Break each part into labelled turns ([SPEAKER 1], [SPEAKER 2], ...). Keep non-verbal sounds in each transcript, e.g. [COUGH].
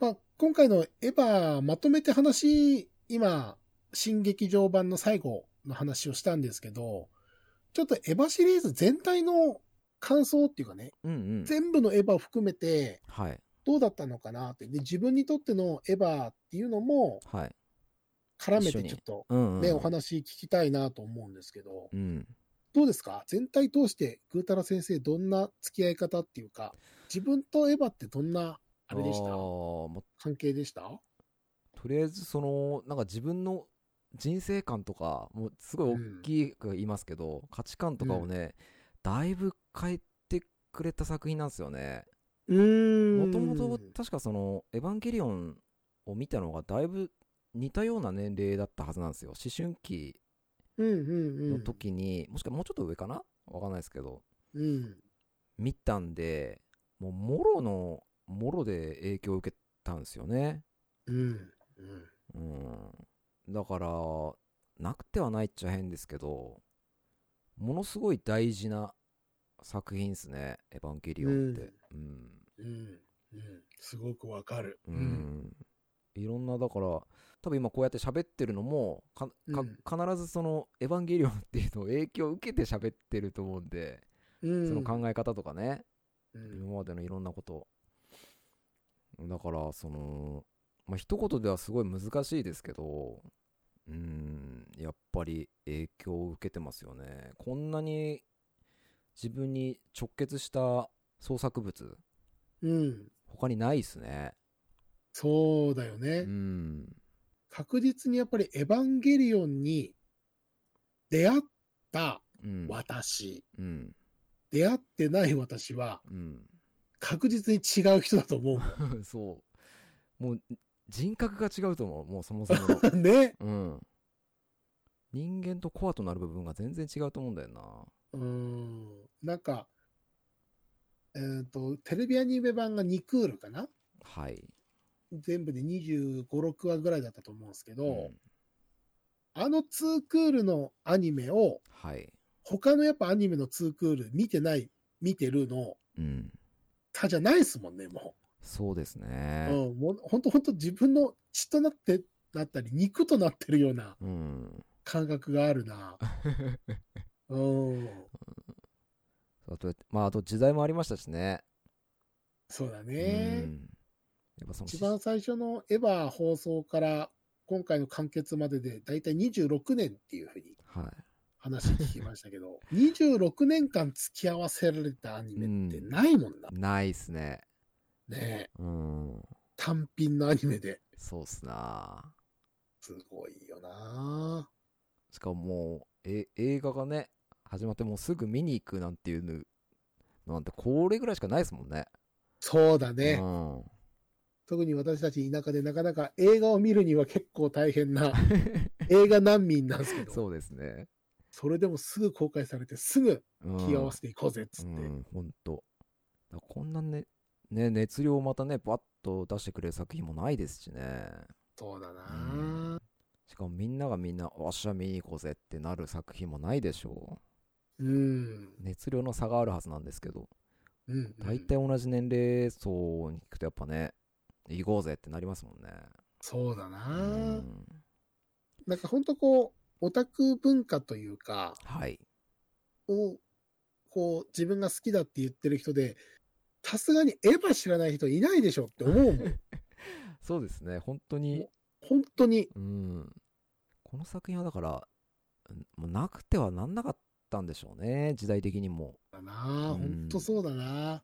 [SPEAKER 1] まあ、今回のエヴァまとめて話、今、新劇場版の最後の話をしたんですけど、ちょっとエヴァシリーズ全体の感想っていうかね、
[SPEAKER 2] うんうん。
[SPEAKER 1] 全部のエヴァを含めて
[SPEAKER 2] はい。
[SPEAKER 1] どうだったのかなって、で自分にとってのエヴァっていうのも
[SPEAKER 2] はい。
[SPEAKER 1] 絡め
[SPEAKER 2] 一緒
[SPEAKER 1] て
[SPEAKER 2] に
[SPEAKER 1] ちょっと
[SPEAKER 2] うん、うん。
[SPEAKER 1] ね、お話聞きたいなと思うんですけど、
[SPEAKER 2] うん。
[SPEAKER 1] どうですか全体通して、ぐーたら先生、どんな付き合い方っていうか、自分とエヴァってどんな、あれでした
[SPEAKER 2] あーも
[SPEAKER 1] 関係でした
[SPEAKER 2] うとりあえず、その、なんか自分の人生観とか、もうすごい大きく言いますけど、価値観とかをね、だいぶ変えてくれた作品なんですよね。
[SPEAKER 1] うー
[SPEAKER 2] も
[SPEAKER 1] ん
[SPEAKER 2] ともと、確かその、エヴァンゲリオンを見たのが、だいぶ似たような年齢だったはずなんですよ。思春期
[SPEAKER 1] うんうんうん。
[SPEAKER 2] の時に、もしかもうちょっと上かなわかんないですけど、
[SPEAKER 1] うん。
[SPEAKER 2] 見たんで、もう、もろの、もろで影響を受けたんですよね。
[SPEAKER 1] うん。
[SPEAKER 2] うん。だから、なくてはないっちゃ変ですけど、ものすごい大事な作品ですね、エヴァンゲリオンって。うん。
[SPEAKER 1] うん。うん。うん。すごくわかる。
[SPEAKER 2] うん。。いろんな、だから、多分今こうやって喋ってるのも、かか必ずその、エヴァンゲリオンっていうのを影響を受けて喋ってると思うんで、
[SPEAKER 1] うん。
[SPEAKER 2] その考え方とかね、
[SPEAKER 1] うん。
[SPEAKER 2] 今までのいろんなことだからそのまあ一言ではすごい難しいですけどうーんやっぱり影響を受けてますよねこんなに自分に直結した創作物
[SPEAKER 1] うん。
[SPEAKER 2] 他にないですね
[SPEAKER 1] そうだよね。
[SPEAKER 2] うん
[SPEAKER 1] 確実にやっぱりエヴァンゲリオンに出会った
[SPEAKER 2] うん
[SPEAKER 1] 私、
[SPEAKER 2] うん
[SPEAKER 1] 出会ってない私は
[SPEAKER 2] うん
[SPEAKER 1] [LAUGHS] 確実に違う人だと思う
[SPEAKER 2] そうもう人格が違うと思うもうそも
[SPEAKER 1] [LAUGHS]
[SPEAKER 2] そもの
[SPEAKER 1] もん。
[SPEAKER 2] [LAUGHS]
[SPEAKER 1] ね。
[SPEAKER 2] うん人間とコアとなる部分が全然違うと思うんだよな
[SPEAKER 1] うん。なんか、えっ、と、テレビアニメ版が2クールかな
[SPEAKER 2] はい
[SPEAKER 1] 全部で25、6話ぐらいだったと思うんですけど、
[SPEAKER 2] うん
[SPEAKER 1] あの2クールのアニメを、
[SPEAKER 2] はい。
[SPEAKER 1] 他のやっぱアニメの2クール見てない、見てるの、
[SPEAKER 2] うん。
[SPEAKER 1] 差じゃないですもんね、も
[SPEAKER 2] そうです
[SPEAKER 1] う。
[SPEAKER 2] ね。
[SPEAKER 1] うん、もう本当本当自分の血となって、なったり、肉となってるような
[SPEAKER 2] うん。
[SPEAKER 1] 感覚があるな。うん。
[SPEAKER 2] あと、まあ、あと時代もありましたしね。
[SPEAKER 1] そうだ
[SPEAKER 2] う
[SPEAKER 1] ね。
[SPEAKER 2] んやっぱその
[SPEAKER 1] 一番最初のエヴァ放送から、今回の完結までで、だいたい26年っていうふうに
[SPEAKER 2] は
[SPEAKER 1] 話聞きましたけど、26年間付き合わせられたアニメってないもんな。
[SPEAKER 2] い。ないっすね。
[SPEAKER 1] ねえ
[SPEAKER 2] うん。
[SPEAKER 1] 単品のアニメで。
[SPEAKER 2] そうっすな。
[SPEAKER 1] すごいよな
[SPEAKER 2] しかももう、え、映画がね、始まってもうすぐ見に行くなんていうの、なんて、これぐらいしかないですもんね。
[SPEAKER 1] そうだね、
[SPEAKER 2] うん。
[SPEAKER 1] 特に私たち田舎でなかなか映画を見るには結構大変
[SPEAKER 2] [LAUGHS]
[SPEAKER 1] な映画難民なんですけど、そ
[SPEAKER 2] そうですね。
[SPEAKER 1] れでもすぐ公開されてすぐ
[SPEAKER 2] うん
[SPEAKER 1] 気合わせていこうぜっつって。
[SPEAKER 2] うん、ほんと。だからこんなね、ね、熱量をまたね、バッと出してくれる作品もないですしね。
[SPEAKER 1] そうだな、
[SPEAKER 2] うんしかもみんながみんな、わっしゃ見に行こうぜってなる作品もないでしょ
[SPEAKER 1] うん
[SPEAKER 2] う。。熱量の差があるはずなんですけど、
[SPEAKER 1] うん。
[SPEAKER 2] 大体同じ年齢層に行くとやっぱね、行こうぜってなりますもんね。
[SPEAKER 1] そうだな、
[SPEAKER 2] うん
[SPEAKER 1] なんかほんとこう、オタク文化というか、
[SPEAKER 2] はい。
[SPEAKER 1] を、こう、自分が好きだって言ってる人で、さすがにエヴァ知らない人いないでしょって思うもん。
[SPEAKER 2] [LAUGHS] そうですね、本当に、
[SPEAKER 1] 本当に。
[SPEAKER 2] うん。この作品はだから、うんもうなくてはなんなかったんでしょうね、時代的にも。
[SPEAKER 1] だなあ
[SPEAKER 2] うん
[SPEAKER 1] 本当そうだな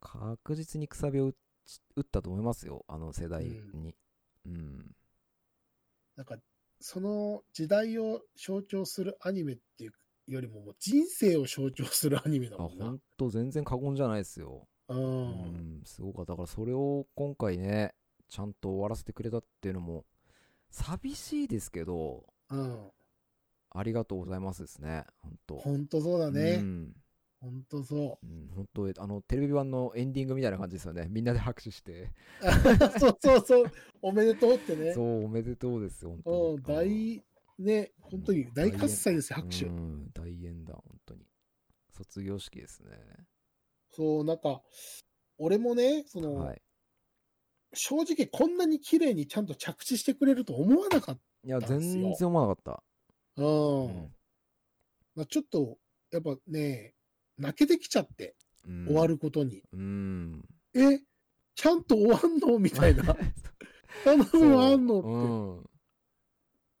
[SPEAKER 2] 確実にくさびを打ち打ったと思いますよ、あの世代に。うん。
[SPEAKER 1] なんか、その時代を象徴するアニメっていうよりも、もう人生を象徴するアニメだ
[SPEAKER 2] あ、
[SPEAKER 1] もんな
[SPEAKER 2] 本。当全然過言じゃないですよ。
[SPEAKER 1] う。
[SPEAKER 2] うんん、すごかった。だからそれを今回ね、ちゃんと終わらせてくれたっていうのも、寂しいですけど、
[SPEAKER 1] うん。
[SPEAKER 2] ありがとうございますですね、本当
[SPEAKER 1] 本当そうだ
[SPEAKER 2] う
[SPEAKER 1] ね。
[SPEAKER 2] ん。
[SPEAKER 1] 本当そ
[SPEAKER 2] うん、本当えあの、テレビ版のエンディングみたいな感じですよね。みんなで拍手して。
[SPEAKER 1] う。 [LAUGHS] そうそうそう。おめでとうってね
[SPEAKER 2] そ。う、おめでとうですよ、本
[SPEAKER 1] う
[SPEAKER 2] 当
[SPEAKER 1] ん。
[SPEAKER 2] に。
[SPEAKER 1] 大、ね、本当に大喝采ですよ、拍手
[SPEAKER 2] う。ん、大演だ、本当に。卒業式ですね。
[SPEAKER 1] そう、なんか、俺もね、その、
[SPEAKER 2] はい。
[SPEAKER 1] 正直こんなに綺麗にちゃんと着地してくれると思わなかっ
[SPEAKER 2] いや、
[SPEAKER 1] だんすよ
[SPEAKER 2] 全然思わなかった。
[SPEAKER 1] た。うん。
[SPEAKER 2] うん
[SPEAKER 1] まあ、ちょっと、やっぱね、泣けてきちゃって、
[SPEAKER 2] うん
[SPEAKER 1] 終わることに。
[SPEAKER 2] うん。
[SPEAKER 1] え、ちゃんと終わんのみたい [LAUGHS] な。こんな
[SPEAKER 2] [LAUGHS] そう
[SPEAKER 1] の [LAUGHS] あんのって、
[SPEAKER 2] うん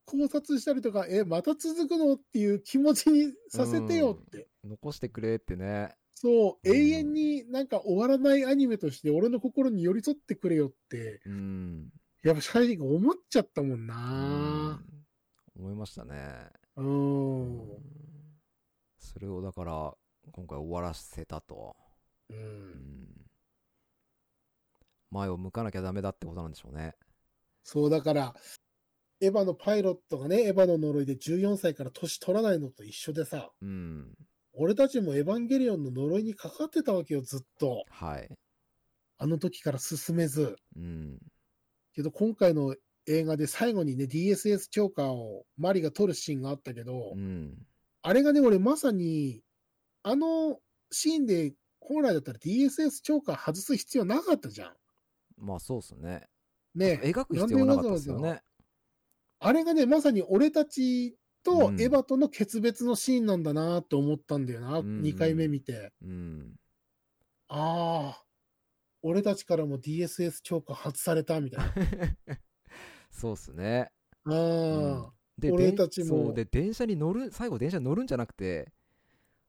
[SPEAKER 1] 考察したりとか、え、また続くのっていう気持ちにさせてよって。
[SPEAKER 2] 残してくれってね。
[SPEAKER 1] そう、
[SPEAKER 2] うん
[SPEAKER 1] 永遠になんか終わらないアニメとして俺の心に寄り添ってくれよって、
[SPEAKER 2] うん。
[SPEAKER 1] やっぱ最後思っちゃったもんな
[SPEAKER 2] うん思いましたね。
[SPEAKER 1] うん。
[SPEAKER 2] それをだから、今回終わらせたと。
[SPEAKER 1] う。
[SPEAKER 2] うんん前を向かなきゃダメだってことなんでしょうね。
[SPEAKER 1] そうだから、エヴァのパイロットがね、エヴァの呪いで14歳から年取らないのと一緒でさ、
[SPEAKER 2] うん。
[SPEAKER 1] 俺たちもエヴァンゲリオンの呪いにかかってたわけよ、ずっと。
[SPEAKER 2] はい。
[SPEAKER 1] あの時から進めず。
[SPEAKER 2] うん。
[SPEAKER 1] けど今回の映画で最後にね、DSS チョーカーをマリが取るシーンがあったけど、
[SPEAKER 2] うん。
[SPEAKER 1] あれがね、俺まさに、あのシーンで本来だったら DSS チョーカー外す必要なかったじゃん。
[SPEAKER 2] まあそうっすね。
[SPEAKER 1] ねえ
[SPEAKER 2] 描く必要もなかったですよね。
[SPEAKER 1] あれがね、まさに俺たちと
[SPEAKER 2] うん
[SPEAKER 1] エヴァとの決別のシーンなんだなって思ったんだよな、
[SPEAKER 2] うん
[SPEAKER 1] 2回目見て。
[SPEAKER 2] うん。
[SPEAKER 1] ああ、俺たちからも DSS チョーカー外されたみたいな。
[SPEAKER 2] そうっすね。
[SPEAKER 1] あー
[SPEAKER 2] うんで
[SPEAKER 1] 俺
[SPEAKER 2] でん
[SPEAKER 1] たちも
[SPEAKER 2] そうで電車に乗る最後電車に乗るんじゃなくて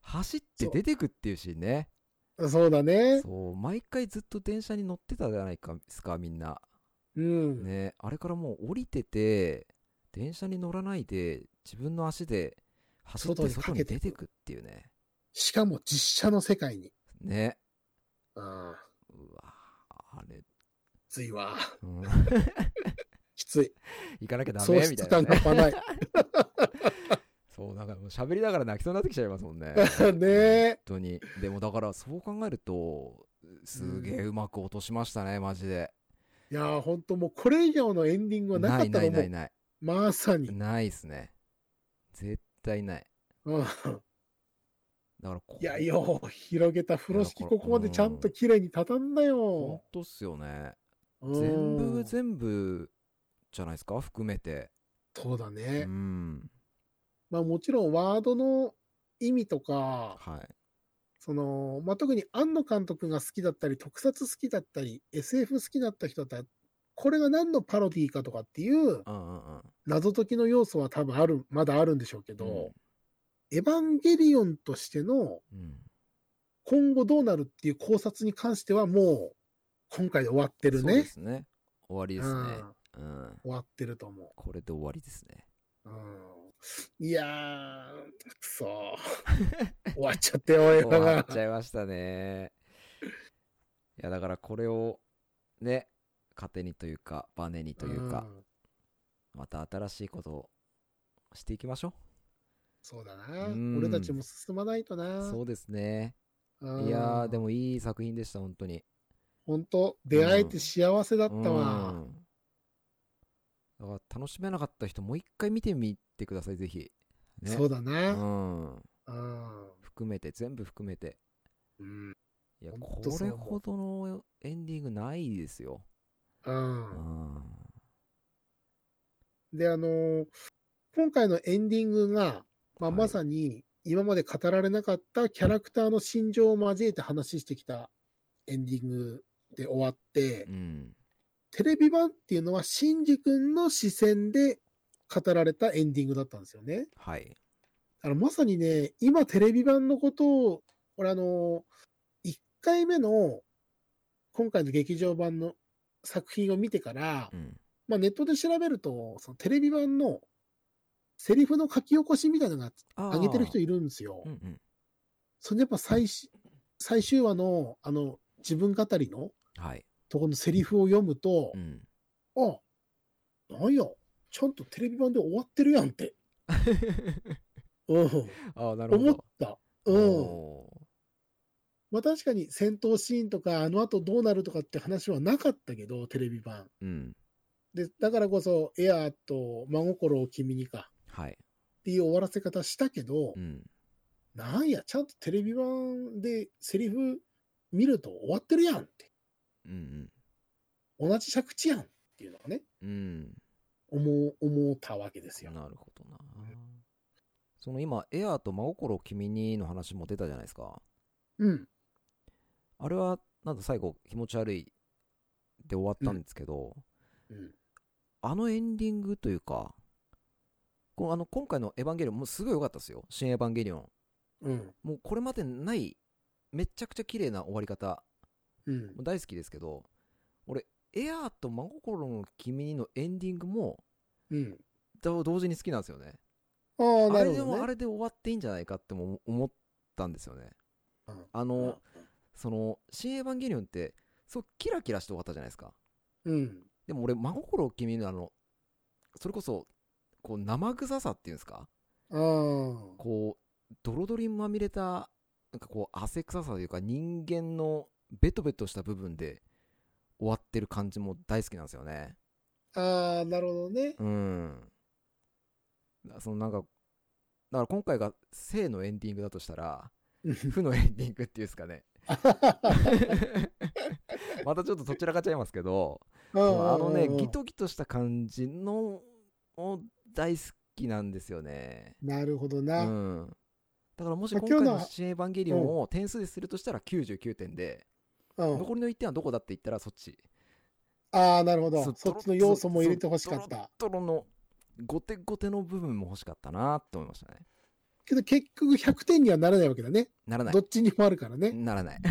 [SPEAKER 2] 走って
[SPEAKER 1] そう
[SPEAKER 2] 出てくっていうシーンね
[SPEAKER 1] そうだ
[SPEAKER 2] そう
[SPEAKER 1] ね。
[SPEAKER 2] 毎回ずっと電車に乗ってたじゃないかすかみんな
[SPEAKER 1] うん。
[SPEAKER 2] ねあれからもう降りてて電車に乗らないで自分の足で走って
[SPEAKER 1] 外にか
[SPEAKER 2] 外に
[SPEAKER 1] けて
[SPEAKER 2] 出てくっていうね
[SPEAKER 1] しかも実写の世界に。
[SPEAKER 2] ね
[SPEAKER 1] ああ、
[SPEAKER 2] うわあれ、
[SPEAKER 1] きついわ。
[SPEAKER 2] うん [LAUGHS]
[SPEAKER 1] きつい。
[SPEAKER 2] 行かなきゃダ
[SPEAKER 1] 喪
[SPEAKER 2] メみ
[SPEAKER 1] 失
[SPEAKER 2] た
[SPEAKER 1] 感
[SPEAKER 2] いな、ね
[SPEAKER 1] が、半端ない。
[SPEAKER 2] そうなんかもう喋りながら泣きそうになってきちゃいますも
[SPEAKER 1] [LAUGHS]
[SPEAKER 2] んね
[SPEAKER 1] ねえ
[SPEAKER 2] 本当にでもだからそう考えるとすげえうまく落としましたね、マジで
[SPEAKER 1] いやー、ほんともうこれ以上のエンディングはなか
[SPEAKER 2] な
[SPEAKER 1] っ
[SPEAKER 2] い
[SPEAKER 1] たの
[SPEAKER 2] ない
[SPEAKER 1] も、
[SPEAKER 2] ないうない
[SPEAKER 1] まさに。
[SPEAKER 2] ないっすね絶対ない
[SPEAKER 1] うん
[SPEAKER 2] だからこ
[SPEAKER 1] いや、よう、広げた風呂敷
[SPEAKER 2] いやだから
[SPEAKER 1] ここまでちゃんと綺麗に畳んだ
[SPEAKER 2] 本
[SPEAKER 1] よ。
[SPEAKER 2] 当っすよね
[SPEAKER 1] うん
[SPEAKER 2] 全部全部じゃないですか含めて
[SPEAKER 1] そうだ
[SPEAKER 2] う
[SPEAKER 1] ね。
[SPEAKER 2] ん
[SPEAKER 1] まあもちろんワードの意味とか、
[SPEAKER 2] はい
[SPEAKER 1] その、まあ特に庵野監督が好きだったり、特撮好きだったり、SF 好きだった人だったら、これが何のパロディーかとかっていう
[SPEAKER 2] うんうんうん
[SPEAKER 1] 謎解きの要素は多分ある、まだあるんでしょうけど、
[SPEAKER 2] うん
[SPEAKER 1] エヴァンゲリオンとしての
[SPEAKER 2] うん
[SPEAKER 1] 今後どうなるっていう考察に関してはもう今回で終わってる
[SPEAKER 2] そうで
[SPEAKER 1] ね。
[SPEAKER 2] すね終わりで
[SPEAKER 1] う
[SPEAKER 2] すね
[SPEAKER 1] ん
[SPEAKER 2] うん
[SPEAKER 1] 終わってると思
[SPEAKER 2] これで終わりですね
[SPEAKER 1] う。うん、いやー、くそー
[SPEAKER 2] [LAUGHS]
[SPEAKER 1] 終わっちゃってよ、映
[SPEAKER 2] 終
[SPEAKER 1] 画
[SPEAKER 2] わ
[SPEAKER 1] が
[SPEAKER 2] っ。ちゃいましたね。いや、だからこれを、ね、糧にというか、バネにというか、
[SPEAKER 1] ん
[SPEAKER 2] また新しいことをしていきましょ
[SPEAKER 1] そうだな、
[SPEAKER 2] うん
[SPEAKER 1] 俺たちも進まないとな
[SPEAKER 2] う。。そうですね。
[SPEAKER 1] うん
[SPEAKER 2] いやー、で。もいい作品でした、本当に。
[SPEAKER 1] 本当出会えて幸せだった
[SPEAKER 2] う
[SPEAKER 1] わ。
[SPEAKER 2] んだから楽しめなかった人、もう一回見てみてください、ぜひ。ね
[SPEAKER 1] そうだ
[SPEAKER 2] う
[SPEAKER 1] な、
[SPEAKER 2] ん。
[SPEAKER 1] うん
[SPEAKER 2] 含めて、全部含めて。
[SPEAKER 1] うん
[SPEAKER 2] いや、
[SPEAKER 1] ほ
[SPEAKER 2] こ
[SPEAKER 1] んとそう
[SPEAKER 2] れ
[SPEAKER 1] 思う
[SPEAKER 2] ほどのエンディングないですよ。
[SPEAKER 1] うん
[SPEAKER 2] うん。
[SPEAKER 1] で、あのー今回のエンディングが、まあ、
[SPEAKER 2] はい
[SPEAKER 1] まさに今まで語られなかったキャラクターの心情を交えて話してきたエンディングで終わって
[SPEAKER 2] う、ん。
[SPEAKER 1] テレビ版っていうのは、シンジ君の視線で語られたエンディングだったんですよね。
[SPEAKER 2] はい。
[SPEAKER 1] あのまさにね、今テレビ版のことを、俺あのー、1回目の、今回の劇場版の作品を見てから
[SPEAKER 2] う、ん。
[SPEAKER 1] まあ、ネットで調べると、そのテレビ版のセリフの書き起こしみたいなのが
[SPEAKER 2] あー
[SPEAKER 1] 上げてる人いるんですよ
[SPEAKER 2] うん。うん。
[SPEAKER 1] それでやっぱ最し最終話の、あの、自分語りの
[SPEAKER 2] はい。
[SPEAKER 1] とこのセリフを読むと [LAUGHS]
[SPEAKER 2] う、ん。
[SPEAKER 1] あ、なんや、ちゃんとテレビ版で終わってるやんって、うん、
[SPEAKER 2] ああ、なるほ
[SPEAKER 1] 思っ
[SPEAKER 2] ど。
[SPEAKER 1] た。うん。
[SPEAKER 2] おー
[SPEAKER 1] まあ確かに戦闘シーンとか、あの後どうなるとかって話はなかったけど、テレビ版。
[SPEAKER 2] うん。
[SPEAKER 1] で、だからこそ、エアーと真心を君にか
[SPEAKER 2] はい。
[SPEAKER 1] っていう終わらせ方したけど、
[SPEAKER 2] うん。
[SPEAKER 1] なんや、ちゃんとテレビ版でセリフ見ると終わってるやんって
[SPEAKER 2] うんうん。
[SPEAKER 1] 同じ借地案っていうのがね、
[SPEAKER 2] うん。
[SPEAKER 1] 思う、思ったわけですよ。
[SPEAKER 2] なるほどな。その今、エアーと真心君にの話も出たじゃないですか。
[SPEAKER 1] うん。
[SPEAKER 2] あれは、なんと最後、気持ち悪いで終わったんですけど、
[SPEAKER 1] うん。
[SPEAKER 2] あのエンディングというか、このあの今回のエヴァンゲリオン、もうすごい良かったですよ。新エヴァンゲリオン。
[SPEAKER 1] うん。
[SPEAKER 2] もうこれまでにない、めちゃくちゃ綺麗な終わり方。
[SPEAKER 1] うん
[SPEAKER 2] もう。大好きですけど、俺、エアーと真心の君にのエンディングも、
[SPEAKER 1] うん。
[SPEAKER 2] ど同時に好きなんですよね。
[SPEAKER 1] ああ、
[SPEAKER 2] あ
[SPEAKER 1] な
[SPEAKER 2] れ
[SPEAKER 1] る
[SPEAKER 2] で
[SPEAKER 1] ほ
[SPEAKER 2] も
[SPEAKER 1] ど、
[SPEAKER 2] あ
[SPEAKER 1] ね。
[SPEAKER 2] れで終わっていいんじゃないかっても思ったんですよね。
[SPEAKER 1] うん
[SPEAKER 2] あ
[SPEAKER 1] う
[SPEAKER 2] の、
[SPEAKER 1] ん
[SPEAKER 2] その、新エヴァンゲリオンって、そう、キラキラして終わったじゃないですか。
[SPEAKER 1] うん。
[SPEAKER 2] でも俺、真心を君のあの、それこそ、こう、生臭さっていうんですか
[SPEAKER 1] ああ。
[SPEAKER 2] こう、泥泥にまみれた、なんかこう、汗臭さというか、人間のベトベトした部分で終わってる感じも大好きなんですよね。
[SPEAKER 1] ああ、なるほど
[SPEAKER 2] [LAUGHS]
[SPEAKER 1] ね。
[SPEAKER 2] うん。だそのなんか、だから今回が生のエンディングだとしたら、負のエンディングっていうんですかね。 [LAUGHS] またちょっとどちらかっちゃいますけど、あのね、ギ
[SPEAKER 1] ギト
[SPEAKER 2] トギトした感じのを大好きなんですよね。
[SPEAKER 1] なるほど
[SPEAKER 2] う
[SPEAKER 1] な。
[SPEAKER 2] ん。だからもし
[SPEAKER 1] まあ
[SPEAKER 2] 今回
[SPEAKER 1] 今
[SPEAKER 2] の
[SPEAKER 1] 日の
[SPEAKER 2] 「新エヴァンゲリオン」を点数でするとしたら99点で、
[SPEAKER 1] うん
[SPEAKER 2] 残りの1点はどこだって言ったらそっち。
[SPEAKER 1] ああ、なるほど。
[SPEAKER 2] そう
[SPEAKER 1] そっちの要素も入れてほしかっ
[SPEAKER 2] ドロ
[SPEAKER 1] た。
[SPEAKER 2] ドロのゴテゴテの部分も欲しかったなって思いましたね。
[SPEAKER 1] けど結局100点にはならないわけだね。
[SPEAKER 2] ならない
[SPEAKER 1] ど。っちにもあるからね。
[SPEAKER 2] ならない。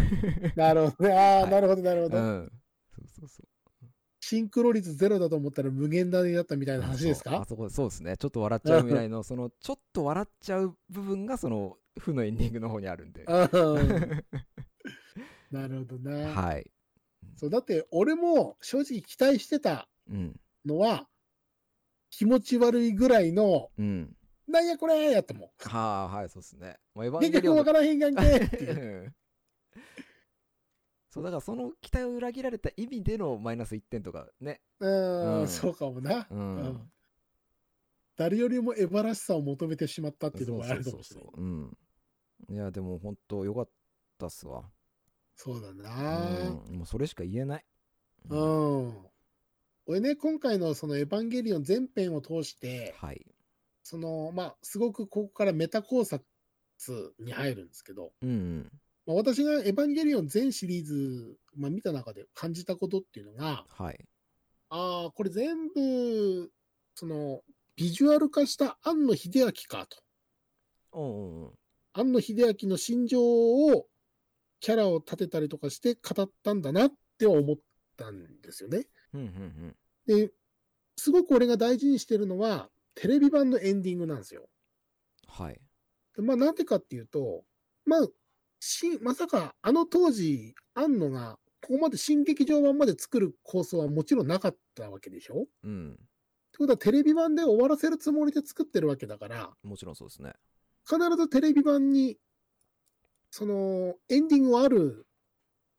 [SPEAKER 1] なるほどね。ああ、
[SPEAKER 2] はい
[SPEAKER 1] なるほど、なるほ
[SPEAKER 2] う
[SPEAKER 1] ど。
[SPEAKER 2] ん。そうそうそう。
[SPEAKER 1] シンクロ率ゼロだと思ったら無限大だったみたいな話です
[SPEAKER 2] そう
[SPEAKER 1] か
[SPEAKER 2] あそこそうですねちょっと笑っちゃう未来
[SPEAKER 1] [LAUGHS]
[SPEAKER 2] のそのちょっと笑っちゃう部分がその負のエンディングの方にあるんでは
[SPEAKER 1] うん [LAUGHS]
[SPEAKER 2] [LAUGHS]
[SPEAKER 1] なるほどな。
[SPEAKER 2] い
[SPEAKER 1] そう、だって俺も正直期待してた
[SPEAKER 2] うん
[SPEAKER 1] のは、気持ち悪いぐらいの、
[SPEAKER 2] うん
[SPEAKER 1] なんやこれやったもん。
[SPEAKER 2] はあはいそうですねまあエヴァン
[SPEAKER 1] 結
[SPEAKER 2] ゲリ
[SPEAKER 1] 局
[SPEAKER 2] オン
[SPEAKER 1] わからへんがんけ
[SPEAKER 2] [LAUGHS]
[SPEAKER 1] っていう。
[SPEAKER 2] うんそうだからその期待を裏切られた意味でのマイナス1点とかね
[SPEAKER 1] う
[SPEAKER 2] うん
[SPEAKER 1] ん、そうかもな。
[SPEAKER 2] うん、
[SPEAKER 1] うん誰よりもエバらしさを求めてしまったっていうの
[SPEAKER 2] そう
[SPEAKER 1] もあ
[SPEAKER 2] そう
[SPEAKER 1] るか
[SPEAKER 2] そ
[SPEAKER 1] も
[SPEAKER 2] う
[SPEAKER 1] しれ
[SPEAKER 2] そ
[SPEAKER 1] ない。
[SPEAKER 2] ううんいやでも本当良かったっすわ
[SPEAKER 1] そうだ
[SPEAKER 2] う
[SPEAKER 1] な。
[SPEAKER 2] んもうそれしか言えないは
[SPEAKER 1] うん。俺ね、今回のそのエヴァンゲリオン全編を通して、
[SPEAKER 2] い
[SPEAKER 1] その、まあ、すごくここからメタ考察に入るんですけど、
[SPEAKER 2] うんうん
[SPEAKER 1] まあ、私がエヴァンゲリオン全シリーズ、まあ、見た中で感じたことっていうのが、
[SPEAKER 2] はい
[SPEAKER 1] ああ、これ全部、その、ビジュアル化した庵野秀明かと。
[SPEAKER 2] うんうんうん
[SPEAKER 1] 庵野秀明の心情を、キャラを立てたりとかして語ったんだなって思ったんですよね。
[SPEAKER 2] うんうんうん
[SPEAKER 1] で、すごく俺が大事にしてるのは、テレビ版のエンディングなんですよ。
[SPEAKER 2] はい
[SPEAKER 1] でまあ、なんでかっていうと、まあ、し、まさか、あの当時、庵野が、ここまで新劇場版まで作る構想はもちろんなかったわけでしょ
[SPEAKER 2] うん
[SPEAKER 1] ってことは、テレビ版で終わらせるつもりで作ってるわけだから、
[SPEAKER 2] もちろんそうですね。
[SPEAKER 1] 必ずテレビ版に、その、エンディングはある、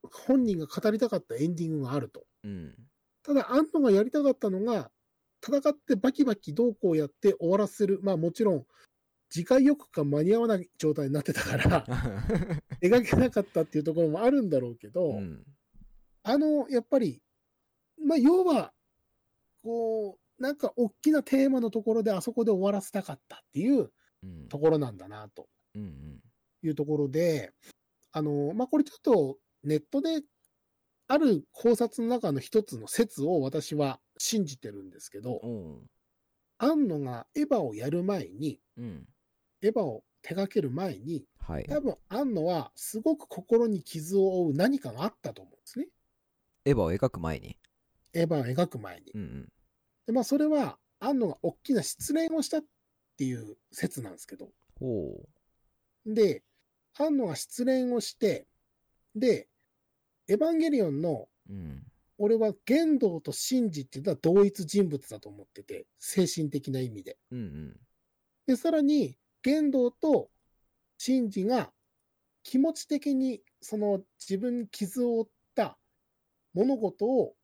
[SPEAKER 1] 本人が語りたかったエンディングがあると。
[SPEAKER 2] うん。
[SPEAKER 1] ただ、安野がやりたかったのが、戦ってバキバキどうこうやって終わらせる。まあもちろん、次回予告が間に合わない状態になってた
[SPEAKER 2] [LAUGHS]
[SPEAKER 1] から、描けなかったっていうところもあるんだろうけど、
[SPEAKER 2] [LAUGHS] うん。
[SPEAKER 1] あの、やっぱり、まあ要は、こう、なんか大きなテーマのところであそこで終わらせたかったっていう
[SPEAKER 2] うん
[SPEAKER 1] ところなんだな、と
[SPEAKER 2] うん。
[SPEAKER 1] いうところで、あの、まあこれちょっとネットである考察の中の一つの説を私は信じてるんですけど、
[SPEAKER 2] おう
[SPEAKER 1] 庵野がエヴァをやる前に、
[SPEAKER 2] うん。
[SPEAKER 1] エヴァを手掛ける前に、
[SPEAKER 2] はい。
[SPEAKER 1] 多分庵野はすごく心に傷を負う何かがあったと思うんですね。
[SPEAKER 2] エヴァを描く前に。
[SPEAKER 1] エヴァを描く前に
[SPEAKER 2] う。ん
[SPEAKER 1] でまあそれは庵野が大きな失恋をしたっていう説なんですけど。
[SPEAKER 2] うん。ほ
[SPEAKER 1] で、庵野が失恋をして、で、エヴァンゲリオンの
[SPEAKER 2] う。うん。
[SPEAKER 1] 俺は玄道と真治っていうのは同一人物だと思ってて、精神的な意味で。
[SPEAKER 2] うんうん。
[SPEAKER 1] で、さらに、玄道と真治が気持ち的に、その自分に傷を負った物事を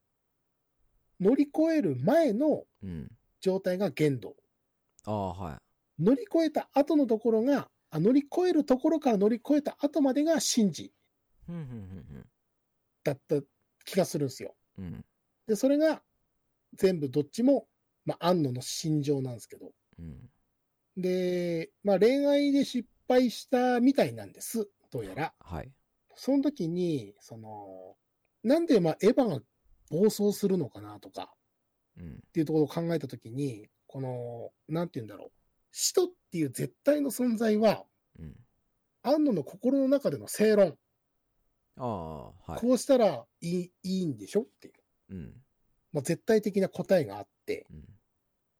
[SPEAKER 1] 乗り越える前の
[SPEAKER 2] うん。
[SPEAKER 1] 状態が玄道。
[SPEAKER 2] ああ、はい。
[SPEAKER 1] 乗り越えた後のところが、あ乗り越えるところから乗り越えた後までが真治
[SPEAKER 2] うんうん
[SPEAKER 1] だった気がするんですよ。
[SPEAKER 2] うんうん。
[SPEAKER 1] で、それが全部どっちも、まあ、安野の心情なんですけど。
[SPEAKER 2] うん。
[SPEAKER 1] で、まあ、恋愛で失敗したみたいなんです。どうやら。
[SPEAKER 2] はい。
[SPEAKER 1] その時に、その、なんでまあエヴァが暴走するのかなとか、
[SPEAKER 2] うん
[SPEAKER 1] っ。ていうところを考えたときに、この、なんて言うんだろう。使徒っていう絶対の存在は、
[SPEAKER 2] うん。
[SPEAKER 1] 安野の心の中での正論。
[SPEAKER 2] ああ、はい。
[SPEAKER 1] こうしたらいいいいんでしょっていう。
[SPEAKER 2] うん。
[SPEAKER 1] まあ、絶対的な答えがあって。
[SPEAKER 2] うん。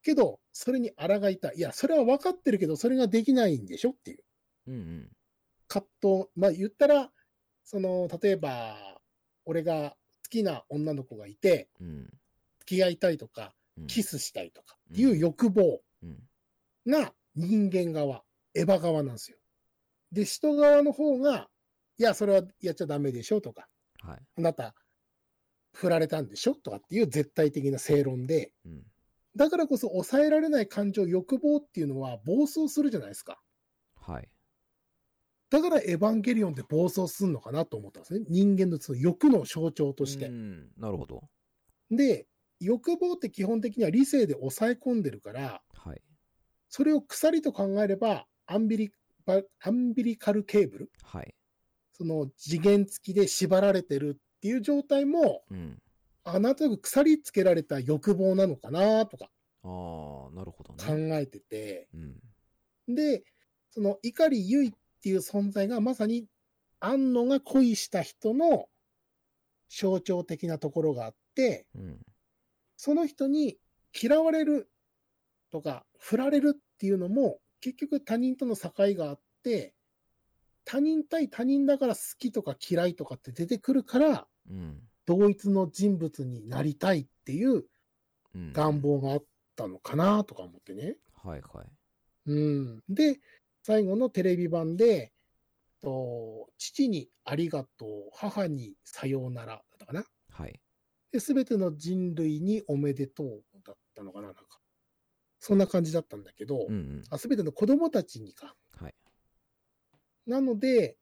[SPEAKER 1] けど、それに抗いたい。いや、それは分かってるけど、それができないんでしょっていう
[SPEAKER 2] うんうん。
[SPEAKER 1] 葛藤。まあ、言ったら、その、例えば、俺が好きな女の子がいて、
[SPEAKER 2] うん。
[SPEAKER 1] 付き合いたいとか、
[SPEAKER 2] うん
[SPEAKER 1] キ。スしたいとかっていう欲望
[SPEAKER 2] うん。
[SPEAKER 1] が人間側、エヴァ側なんですよ。で、人側の方が、いや、それはやっちゃダメでしょとか、
[SPEAKER 2] はい。
[SPEAKER 1] あなた、振られたんでしょとかっていう絶対的な正論で、
[SPEAKER 2] うん。
[SPEAKER 1] だからこそ抑えられない感情、欲望っていうのは暴走するじゃないですか。
[SPEAKER 2] はい。
[SPEAKER 1] だからエヴァンゲリオンって暴走するのかなと思ったんですね。人間のその欲の象徴として
[SPEAKER 2] う。ん。なるほど。
[SPEAKER 1] で、欲望って基本的には理性で抑え込んでるから、
[SPEAKER 2] はい。
[SPEAKER 1] それを鎖と考えれば、アンビリ、バアンビリカルケーブル、
[SPEAKER 2] はい。
[SPEAKER 1] その次元付きで縛られてるっていう状態も、
[SPEAKER 2] うん。
[SPEAKER 1] あなんとなく鎖つけられた欲望なのかなとか
[SPEAKER 2] ああ、なるほど
[SPEAKER 1] 考
[SPEAKER 2] ね。
[SPEAKER 1] えてて、
[SPEAKER 2] うん。
[SPEAKER 1] で、その怒りゆいっていう存在がまさに、安野が恋した人の象徴的なところがあって、
[SPEAKER 2] うん。
[SPEAKER 1] その人に嫌われるとか、振られるっていうのも、結局他人との境があって、他人対他人だから好きとか嫌いとかって出てくるから、
[SPEAKER 2] うん。
[SPEAKER 1] 同一の人物になりたいっていう
[SPEAKER 2] うん。
[SPEAKER 1] 願。望があったのかなとか思ってね。
[SPEAKER 2] はいはい。
[SPEAKER 1] うん。で、最後のテレビ版で、と父にありがとう、母にさようならだったかな。
[SPEAKER 2] はい。
[SPEAKER 1] で、すべての人類におめでとうだったのかな、なんか。そんな感じだったんだけど
[SPEAKER 2] うん、うん。
[SPEAKER 1] すべての子供たちにか。
[SPEAKER 2] はい。
[SPEAKER 1] なので、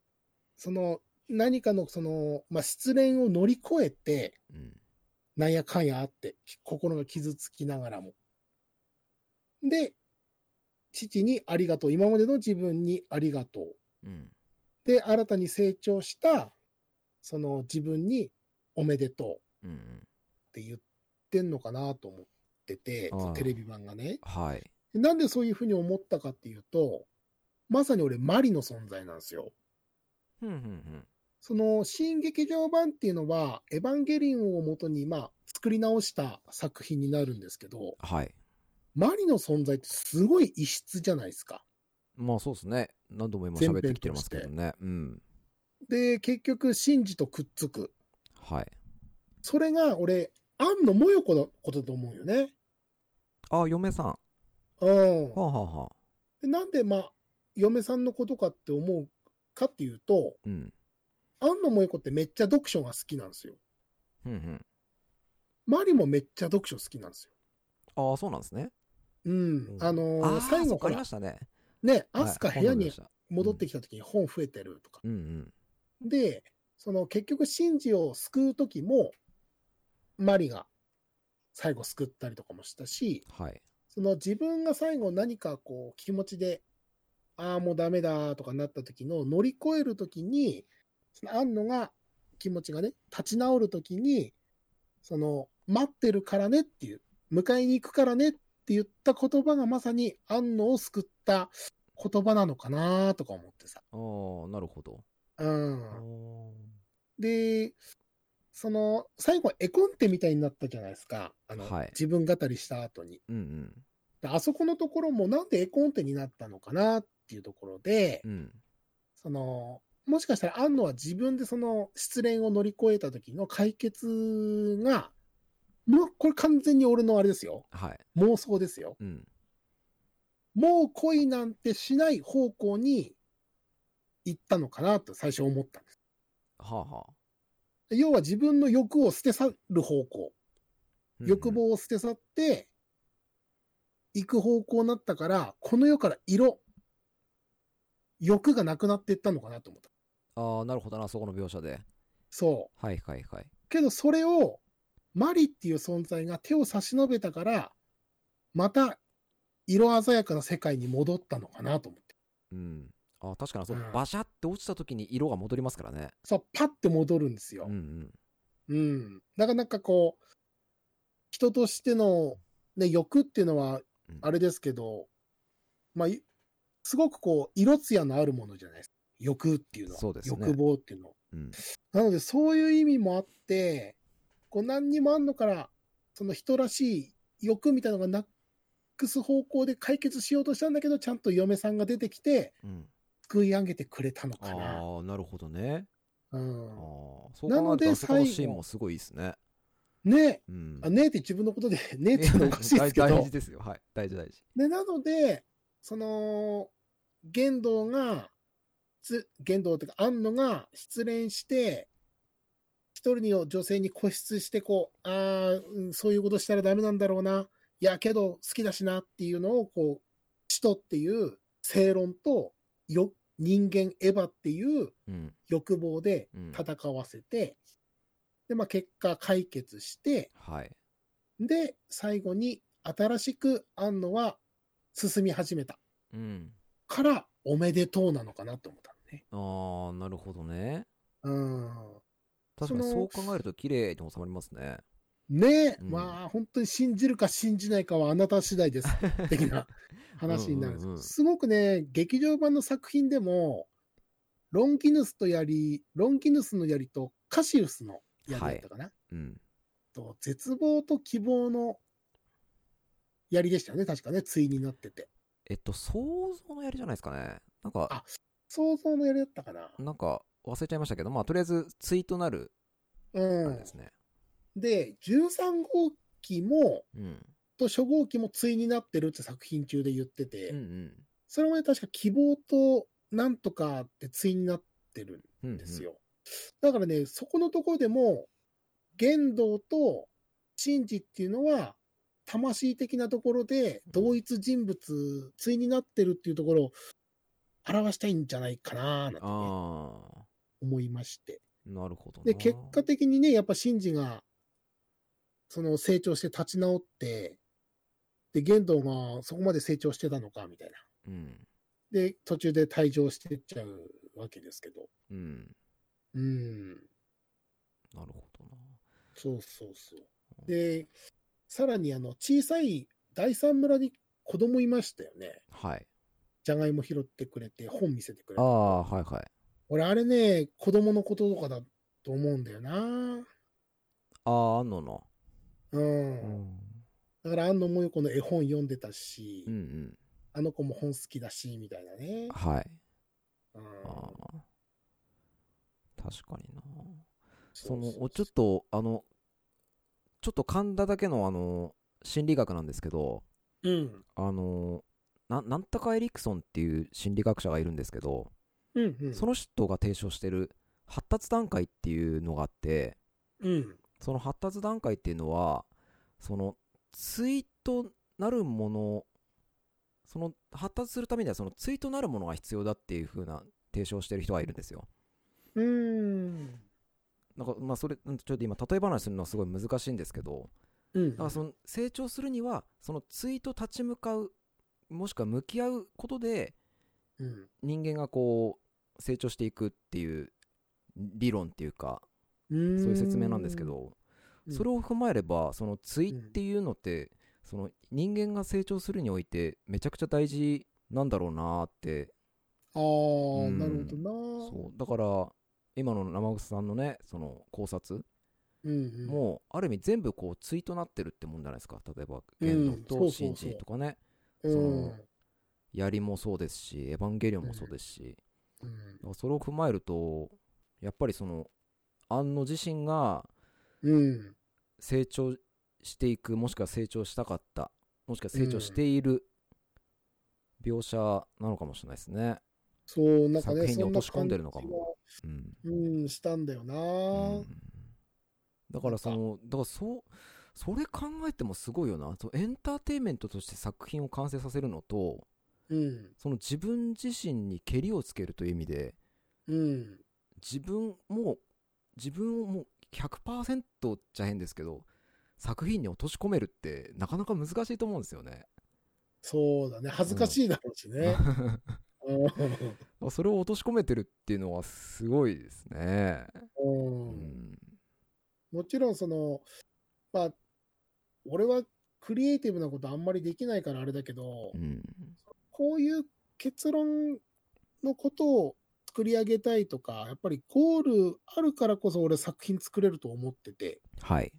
[SPEAKER 1] その、何かの、その、まあ、失恋を乗り越えて、
[SPEAKER 2] うん。
[SPEAKER 1] なんやかんやあって、き心が傷つきながらも。で、父にありがとう。今までの自分にありがとう。
[SPEAKER 2] うん。
[SPEAKER 1] で、新たに成長した、その自分におめでとう。
[SPEAKER 2] うんうん。
[SPEAKER 1] って言ってんのかなと思ってて
[SPEAKER 2] ああ、
[SPEAKER 1] テレビ版がね。
[SPEAKER 2] はい。
[SPEAKER 1] なんでそういうふうに思ったかっていうと、まさに俺、マリの存在なんですよ。
[SPEAKER 2] うんうんうん。
[SPEAKER 1] その、新劇場版っていうのは、エヴァンゲリオンを元に、まあ、作り直した作品になるんですけど、
[SPEAKER 2] はい。
[SPEAKER 1] マリの存在ってすごい異質じゃないですか。
[SPEAKER 2] まあそうですね。何度も今
[SPEAKER 1] 前
[SPEAKER 2] 喋
[SPEAKER 1] 編
[SPEAKER 2] ってきてますけどね。うん。
[SPEAKER 1] で、結局、シンジとくっつく。
[SPEAKER 2] はい。
[SPEAKER 1] それが、俺、庵野もよこのことだと思うよね。
[SPEAKER 2] ああ、嫁さん。は
[SPEAKER 1] うん
[SPEAKER 2] あ、。はあはあ、
[SPEAKER 1] でなんで、まあ、嫁さんのことかって思うかっていうと、
[SPEAKER 2] うん。
[SPEAKER 1] 安野萌子ってめっちゃ読書が好きなんですよ。
[SPEAKER 2] うんうん。
[SPEAKER 1] マリもめっちゃ読書好きなんですよ。
[SPEAKER 2] ああ、そうなんですね。
[SPEAKER 1] うん
[SPEAKER 2] う。ん
[SPEAKER 1] あの
[SPEAKER 2] あ
[SPEAKER 1] ー
[SPEAKER 2] あ、
[SPEAKER 1] 最後
[SPEAKER 2] わか
[SPEAKER 1] か
[SPEAKER 2] り
[SPEAKER 1] ら
[SPEAKER 2] ま、したね。
[SPEAKER 1] ね、
[SPEAKER 2] はい
[SPEAKER 1] アスカ部
[SPEAKER 2] 本
[SPEAKER 1] 屋
[SPEAKER 2] 読みま
[SPEAKER 1] に
[SPEAKER 2] した
[SPEAKER 1] 戻ってきた時に本増えてるとか。
[SPEAKER 2] うんうん。
[SPEAKER 1] で、その結局シンジを救う時も、マリが最後救ったりとかもしたし、
[SPEAKER 2] はい。
[SPEAKER 1] その自分が最後何かこう気持ちで、ああ、もうダメだとかなった時の乗り越える時に、その安野が気持ちがね、立ち直る時に、その待ってるからねっていう、迎えに行くからねって言った言葉がまさに安野を救った言葉なのかなとか思ってさ。
[SPEAKER 2] ああ、なるほど。
[SPEAKER 1] うん
[SPEAKER 2] あ。ー
[SPEAKER 1] で、その最後絵コンテみたいになったじゃないですか。あの、
[SPEAKER 2] はい
[SPEAKER 1] 自分語りした後に。
[SPEAKER 2] うんうん。
[SPEAKER 1] であそこのところもなんで絵コンテになったのかなっていうところで
[SPEAKER 2] う、ん。
[SPEAKER 1] その、もしかしたら安野は自分でその失恋を乗り越えた時の解決が、もうこれ完全に俺のあれですよ。
[SPEAKER 2] はい。
[SPEAKER 1] 妄想ですよ。
[SPEAKER 2] うん。
[SPEAKER 1] もう恋なんてしない方向に行ったのかなと最初思ったんです。
[SPEAKER 2] はあはあ。
[SPEAKER 1] 要は自分の欲を捨て去る方向、
[SPEAKER 2] うんうん
[SPEAKER 1] 欲。望を捨て去って、行く方向になったから、この世から色、欲がなくなっていったのかなと思った。
[SPEAKER 2] ああ、なるほどな、そこの描写で。
[SPEAKER 1] そ
[SPEAKER 2] はいはいはい。
[SPEAKER 1] う。けどそれを、マリっていう存在が手を差し伸べたから、また色鮮やかな世界に戻ったのかなと思って。
[SPEAKER 2] うん。あ、確かに、そう
[SPEAKER 1] うん、
[SPEAKER 2] バシャって落ちた時に色が戻りますからね。
[SPEAKER 1] そう、パッて戻るんですよ。
[SPEAKER 2] うんうん。
[SPEAKER 1] うん。なかなかこう、人としての、ね、欲っていうのは
[SPEAKER 2] うん、
[SPEAKER 1] あれですけど、まあ、いすごくこう、色艶のあるものじゃないですか。欲っていうのは。
[SPEAKER 2] そうですね
[SPEAKER 1] 欲望っていうのは。
[SPEAKER 2] うん。
[SPEAKER 1] なので、そういう意味もあって、こう、何にもあんのから、その人らしい欲みたいなのがなくす方向で解決しようとしたんだけど、ちゃんと嫁さんが出てきて、
[SPEAKER 2] うん。
[SPEAKER 1] 救い上げてくれたの
[SPEAKER 2] あ
[SPEAKER 1] かな。
[SPEAKER 2] あ、なるほどね。
[SPEAKER 1] うん
[SPEAKER 2] ああ。そう
[SPEAKER 1] な
[SPEAKER 2] 考
[SPEAKER 1] の
[SPEAKER 2] える
[SPEAKER 1] で
[SPEAKER 2] と、あそこの
[SPEAKER 1] 最後
[SPEAKER 2] シーンもすごいいいですね。
[SPEAKER 1] ね
[SPEAKER 2] うん。
[SPEAKER 1] あねえって自分のことで、ねえ
[SPEAKER 2] え
[SPEAKER 1] っていうのおかしいですけ
[SPEAKER 2] [LAUGHS] 大
[SPEAKER 1] ど
[SPEAKER 2] 事。ですよ。はい。大事大事。
[SPEAKER 1] で、なので、その、玄道が、つ玄道というか、安野が失恋して、一人の女性に固執して、こう、ああ、うんそういうことしたらダメなんだろうな。いや、けど好きだしなっていうのを、こう、使徒っていう正論と、よ、人間エヴァっていう
[SPEAKER 2] うん。
[SPEAKER 1] 欲望で
[SPEAKER 2] うん。
[SPEAKER 1] 戦わせて、で、まあ結果解決して、
[SPEAKER 2] はい。
[SPEAKER 1] で、最後に新しく安野は進み始めた
[SPEAKER 2] うん。
[SPEAKER 1] からおめでとうなのかなと思ったのね。
[SPEAKER 2] ああ、なるほどね。
[SPEAKER 1] う
[SPEAKER 2] 確かに
[SPEAKER 1] そ
[SPEAKER 2] そ
[SPEAKER 1] の
[SPEAKER 2] う考えると綺麗に収まりますね。
[SPEAKER 1] ん。ねえ、
[SPEAKER 2] うん
[SPEAKER 1] まあ本当に信じるか信じないかはあなた次第
[SPEAKER 2] [LAUGHS]
[SPEAKER 1] です。的な話になるんです。
[SPEAKER 2] うんうんうん
[SPEAKER 1] すごくね、劇場版の作品でも、ロンギヌスと槍、ロンギヌスの槍とカシウスの槍だったかな、
[SPEAKER 2] うん。
[SPEAKER 1] と絶望と希望の槍でしたよね、確かね、対になってて。
[SPEAKER 2] えっと、想像のやりじゃないですかね。なんか、
[SPEAKER 1] あ想像の槍だったかな。
[SPEAKER 2] なんか忘れちゃいましたけど、まあ、とりあえず、ツイートなるあ
[SPEAKER 1] う
[SPEAKER 2] れ
[SPEAKER 1] ん
[SPEAKER 2] で。すね。
[SPEAKER 1] で、13号機も、
[SPEAKER 2] うん。
[SPEAKER 1] と初号機も対になってるって作品中で言ってて、
[SPEAKER 2] うんうん。
[SPEAKER 1] それもね、確か希望となんとかって対になってる
[SPEAKER 2] うんうん
[SPEAKER 1] んです。よ。だからね、そこのところでも、玄道と真治っていうのは、魂的なところで同一人物、対になってるっていうところを表したいんじゃないかな、なんてね、
[SPEAKER 2] ああ、
[SPEAKER 1] 思いまして。
[SPEAKER 2] なるほどな。
[SPEAKER 1] で、結果的にね、やっぱシンジが、その成長して立ち直って、で、玄道がそこまで成長してたのか、みたいな。
[SPEAKER 2] うん。
[SPEAKER 1] で、途中で退場してっちゃうわけですけど。
[SPEAKER 2] うん。
[SPEAKER 1] うん。
[SPEAKER 2] なるほどな。
[SPEAKER 1] そうそうそう。で、さらにあの、小さい第三村に子供いましたよね。
[SPEAKER 2] はい。
[SPEAKER 1] じゃがいも拾ってくれて、本見せてくれ
[SPEAKER 2] あ
[SPEAKER 1] て。
[SPEAKER 2] あ、はいはい。
[SPEAKER 1] 俺、あれね、子供のこととかだと思うんだよな。
[SPEAKER 2] ああ、あんのの。
[SPEAKER 1] うん
[SPEAKER 2] う。ん。
[SPEAKER 1] だから、安野もよこの絵本読んでたし、
[SPEAKER 2] うんうん。
[SPEAKER 1] あの子も本好きだし、みたいなね。
[SPEAKER 2] はい。
[SPEAKER 1] うん
[SPEAKER 2] ああ。確かにな。
[SPEAKER 1] そ
[SPEAKER 2] そうの
[SPEAKER 1] そうそう
[SPEAKER 2] ちょっとあのちょっと噛んだだけのあの心理学なんですけど
[SPEAKER 1] うん。
[SPEAKER 2] あのななんとかエリクソンっていう心理学者がいるんですけど、
[SPEAKER 1] うん、うん。
[SPEAKER 2] その人が提唱してる発達段階っていうのがあって
[SPEAKER 1] うん。
[SPEAKER 2] その発達段階っていうのはそのツイとなるものその発達するためにはその対となるものが必要だっていう風な提唱してる人がいるんですよ。
[SPEAKER 1] うーん。
[SPEAKER 2] なんかまあそれうんちょっと今例え話するのはすごい難しいんですけど
[SPEAKER 1] うん
[SPEAKER 2] だからその成長するにはその対と立ち向かうもしくは向き合うことで
[SPEAKER 1] うん。
[SPEAKER 2] 人間がこう成長していくっていう理論っていうか
[SPEAKER 1] そう
[SPEAKER 2] そう
[SPEAKER 1] い
[SPEAKER 2] いう説明なんですけ。ど
[SPEAKER 1] うん
[SPEAKER 2] それを踏まえればその対っていうのってその人間が成長するにおいてめちゃくちゃ大事なんだろうなって
[SPEAKER 1] ああ、
[SPEAKER 2] うん
[SPEAKER 1] なるほどな。
[SPEAKER 2] そうだから今の生口さんのねその考察
[SPEAKER 1] う。ん、うん。
[SPEAKER 2] もうある意味全部こう対となってるってもんじゃないですか例えば
[SPEAKER 1] うん
[SPEAKER 2] 言
[SPEAKER 1] そうそ
[SPEAKER 2] 動と
[SPEAKER 1] うそう
[SPEAKER 2] 信じとかね
[SPEAKER 1] うん、
[SPEAKER 2] その槍もそうですし、エヴァンゲリオンもそうですし、
[SPEAKER 1] うん。
[SPEAKER 2] だからそれを踏まえると、やっぱりその、安野自身が
[SPEAKER 1] うん。
[SPEAKER 2] 成長していく、もしくは成長したかった、もしくは成長している描写なのかもしれないですね。
[SPEAKER 1] そう、なんかね、
[SPEAKER 2] 作品に
[SPEAKER 1] そ
[SPEAKER 2] 落
[SPEAKER 1] な
[SPEAKER 2] とし込んでるのかもうん。
[SPEAKER 1] 感じは。うん、したんだよな。
[SPEAKER 2] うんだからその、だからそう、それ考えてもすごいよな。そうエンターテインメントとして作品を完成させるのと、
[SPEAKER 1] うん。
[SPEAKER 2] その自分自身にけりをつけるという意味で、
[SPEAKER 1] うん。
[SPEAKER 2] 自分も自分をもう100%じゃ変ですけど作品に落とし込めるってなかなか難しいと思うんですよね。
[SPEAKER 1] そうだね。恥ずかしいだろうし
[SPEAKER 2] [LAUGHS]
[SPEAKER 1] ね。うん
[SPEAKER 2] それを落とし込めてるっていうのはすごいですね。う
[SPEAKER 1] うん
[SPEAKER 2] ん。
[SPEAKER 1] もちろんその、まあ、俺はクリエイティブなことあんまりできないからあれだけど、
[SPEAKER 2] うん。
[SPEAKER 1] こういう結論のことを作り上げたいとか、やっぱりゴールあるからこそ俺作品作れると思ってて、
[SPEAKER 2] はい。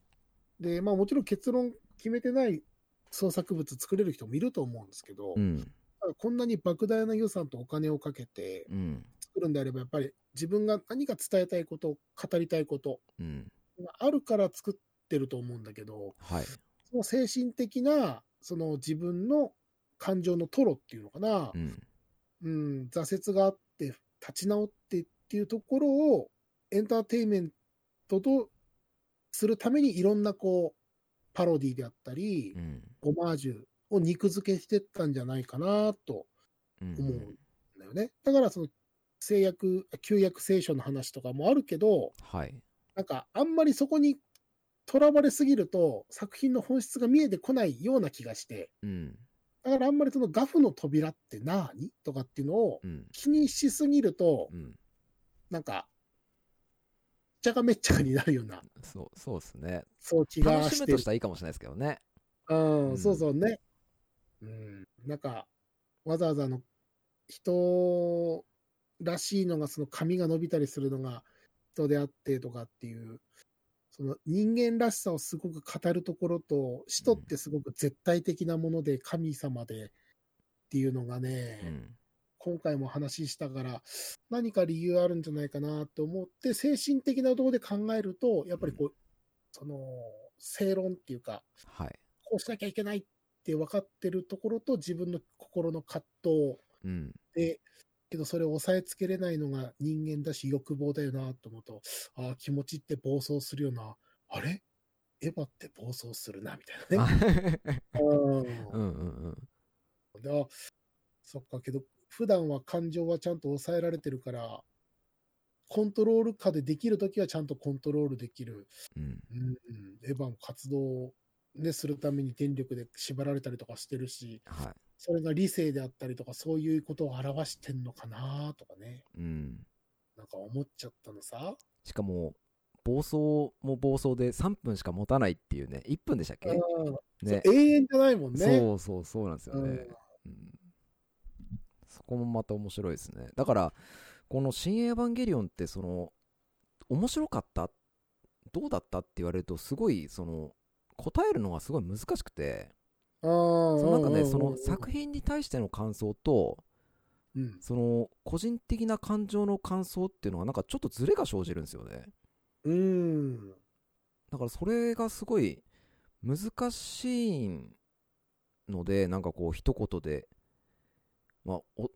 [SPEAKER 1] で、まあもちろん結論決めてない創作物作れる人もいると思うんですけど、
[SPEAKER 2] うん。
[SPEAKER 1] ただこんなに莫大な予算とお金をかけて
[SPEAKER 2] うん。
[SPEAKER 1] 作るんであれば、やっぱり自分が何か伝えたいこと、語りたいこと
[SPEAKER 2] うん。
[SPEAKER 1] があるから作ってると思うんだけど、
[SPEAKER 2] はい。
[SPEAKER 1] その精神的な、その自分の感情のトロっていうのかな
[SPEAKER 2] う、ん。
[SPEAKER 1] うん、挫折があって、立ち直ってっていうところをエンターテインメントとするためにいろんなこう、パロディであったり
[SPEAKER 2] う、ん。
[SPEAKER 1] オマージュを肉付けしてったんじゃないかなと
[SPEAKER 2] うん
[SPEAKER 1] 思うんだよね。だからその、制約、旧約聖書の話とかもあるけど、
[SPEAKER 2] はい。
[SPEAKER 1] なんかあんまりそこにとらわれすぎると作品の本質が見えてこないような気がして、
[SPEAKER 2] うん。
[SPEAKER 1] だからあんまりそのガフの扉って何とかっていうのを
[SPEAKER 2] うん。
[SPEAKER 1] 気にしすぎると、
[SPEAKER 2] うん。
[SPEAKER 1] なんか、めっちゃがめっちゃがになるような、
[SPEAKER 2] そう、そうですね。
[SPEAKER 1] そう気が
[SPEAKER 2] 楽し
[SPEAKER 1] し
[SPEAKER 2] む
[SPEAKER 1] て
[SPEAKER 2] と
[SPEAKER 1] る
[SPEAKER 2] し。たらいいかもしれないですけどね。
[SPEAKER 1] う、
[SPEAKER 2] うんん
[SPEAKER 1] そうそうね。うん、なんか、わざわざあの人らしいのが、その髪が伸びたりするのが人であってとかっていう、その人間らしさをすごく語るところと、使徒ってすごく絶対的なもので、神様でっていうのがね、
[SPEAKER 2] うん。
[SPEAKER 1] 今回も話したから、何か理由あるんじゃないかなと思って、精神的なところで考えると、やっぱりこう、その、正論っていうか、
[SPEAKER 2] はい。
[SPEAKER 1] こうしなきゃいけないって分かってるところと、自分の心の葛藤
[SPEAKER 2] うん。
[SPEAKER 1] で、けどそれを抑えつけれないのが人間だし、欲望だよなと思うと、ああ、気持ちって暴走するよな。あれエヴァって暴走するな、みたいなね。
[SPEAKER 2] [LAUGHS] う
[SPEAKER 1] うん
[SPEAKER 2] んうん
[SPEAKER 1] であそっか、けど、普段は感情はちゃんと抑えられてるから、コントロール下でできるときはちゃんとコントロールできる。
[SPEAKER 2] うん。
[SPEAKER 1] うん、エヴァの活動を、ね、するために電力で縛られたりとかしてるし、
[SPEAKER 2] は
[SPEAKER 1] それが理性であったりとか、そういうことを表してんのかなとかね、
[SPEAKER 2] い。うん。
[SPEAKER 1] なんか思っちゃったのさ。
[SPEAKER 2] しかも、暴走も暴走で3分しか持たないっていうね、1分でしたっけ
[SPEAKER 1] うん
[SPEAKER 2] ね。
[SPEAKER 1] 永遠じゃないもんね。
[SPEAKER 2] そうそうそうなんですよ
[SPEAKER 1] う
[SPEAKER 2] ね
[SPEAKER 1] ん。
[SPEAKER 2] うんそこもまた面白いですね。だから、この「新エヴァンゲリオン」って、その、面白かったどうだったって言われると、すごい、その、答えるのがすごい難しくて、
[SPEAKER 1] うん。
[SPEAKER 2] その中で、そ
[SPEAKER 1] うん
[SPEAKER 2] の作品に対しての感想と、
[SPEAKER 1] うん。
[SPEAKER 2] その、個人的な感情の感想っていうのが、なんかちょっとズレが生じるんですよね。
[SPEAKER 1] うん。
[SPEAKER 2] だからそれがすごい難しいので、なんかこう一言で、まあ、お、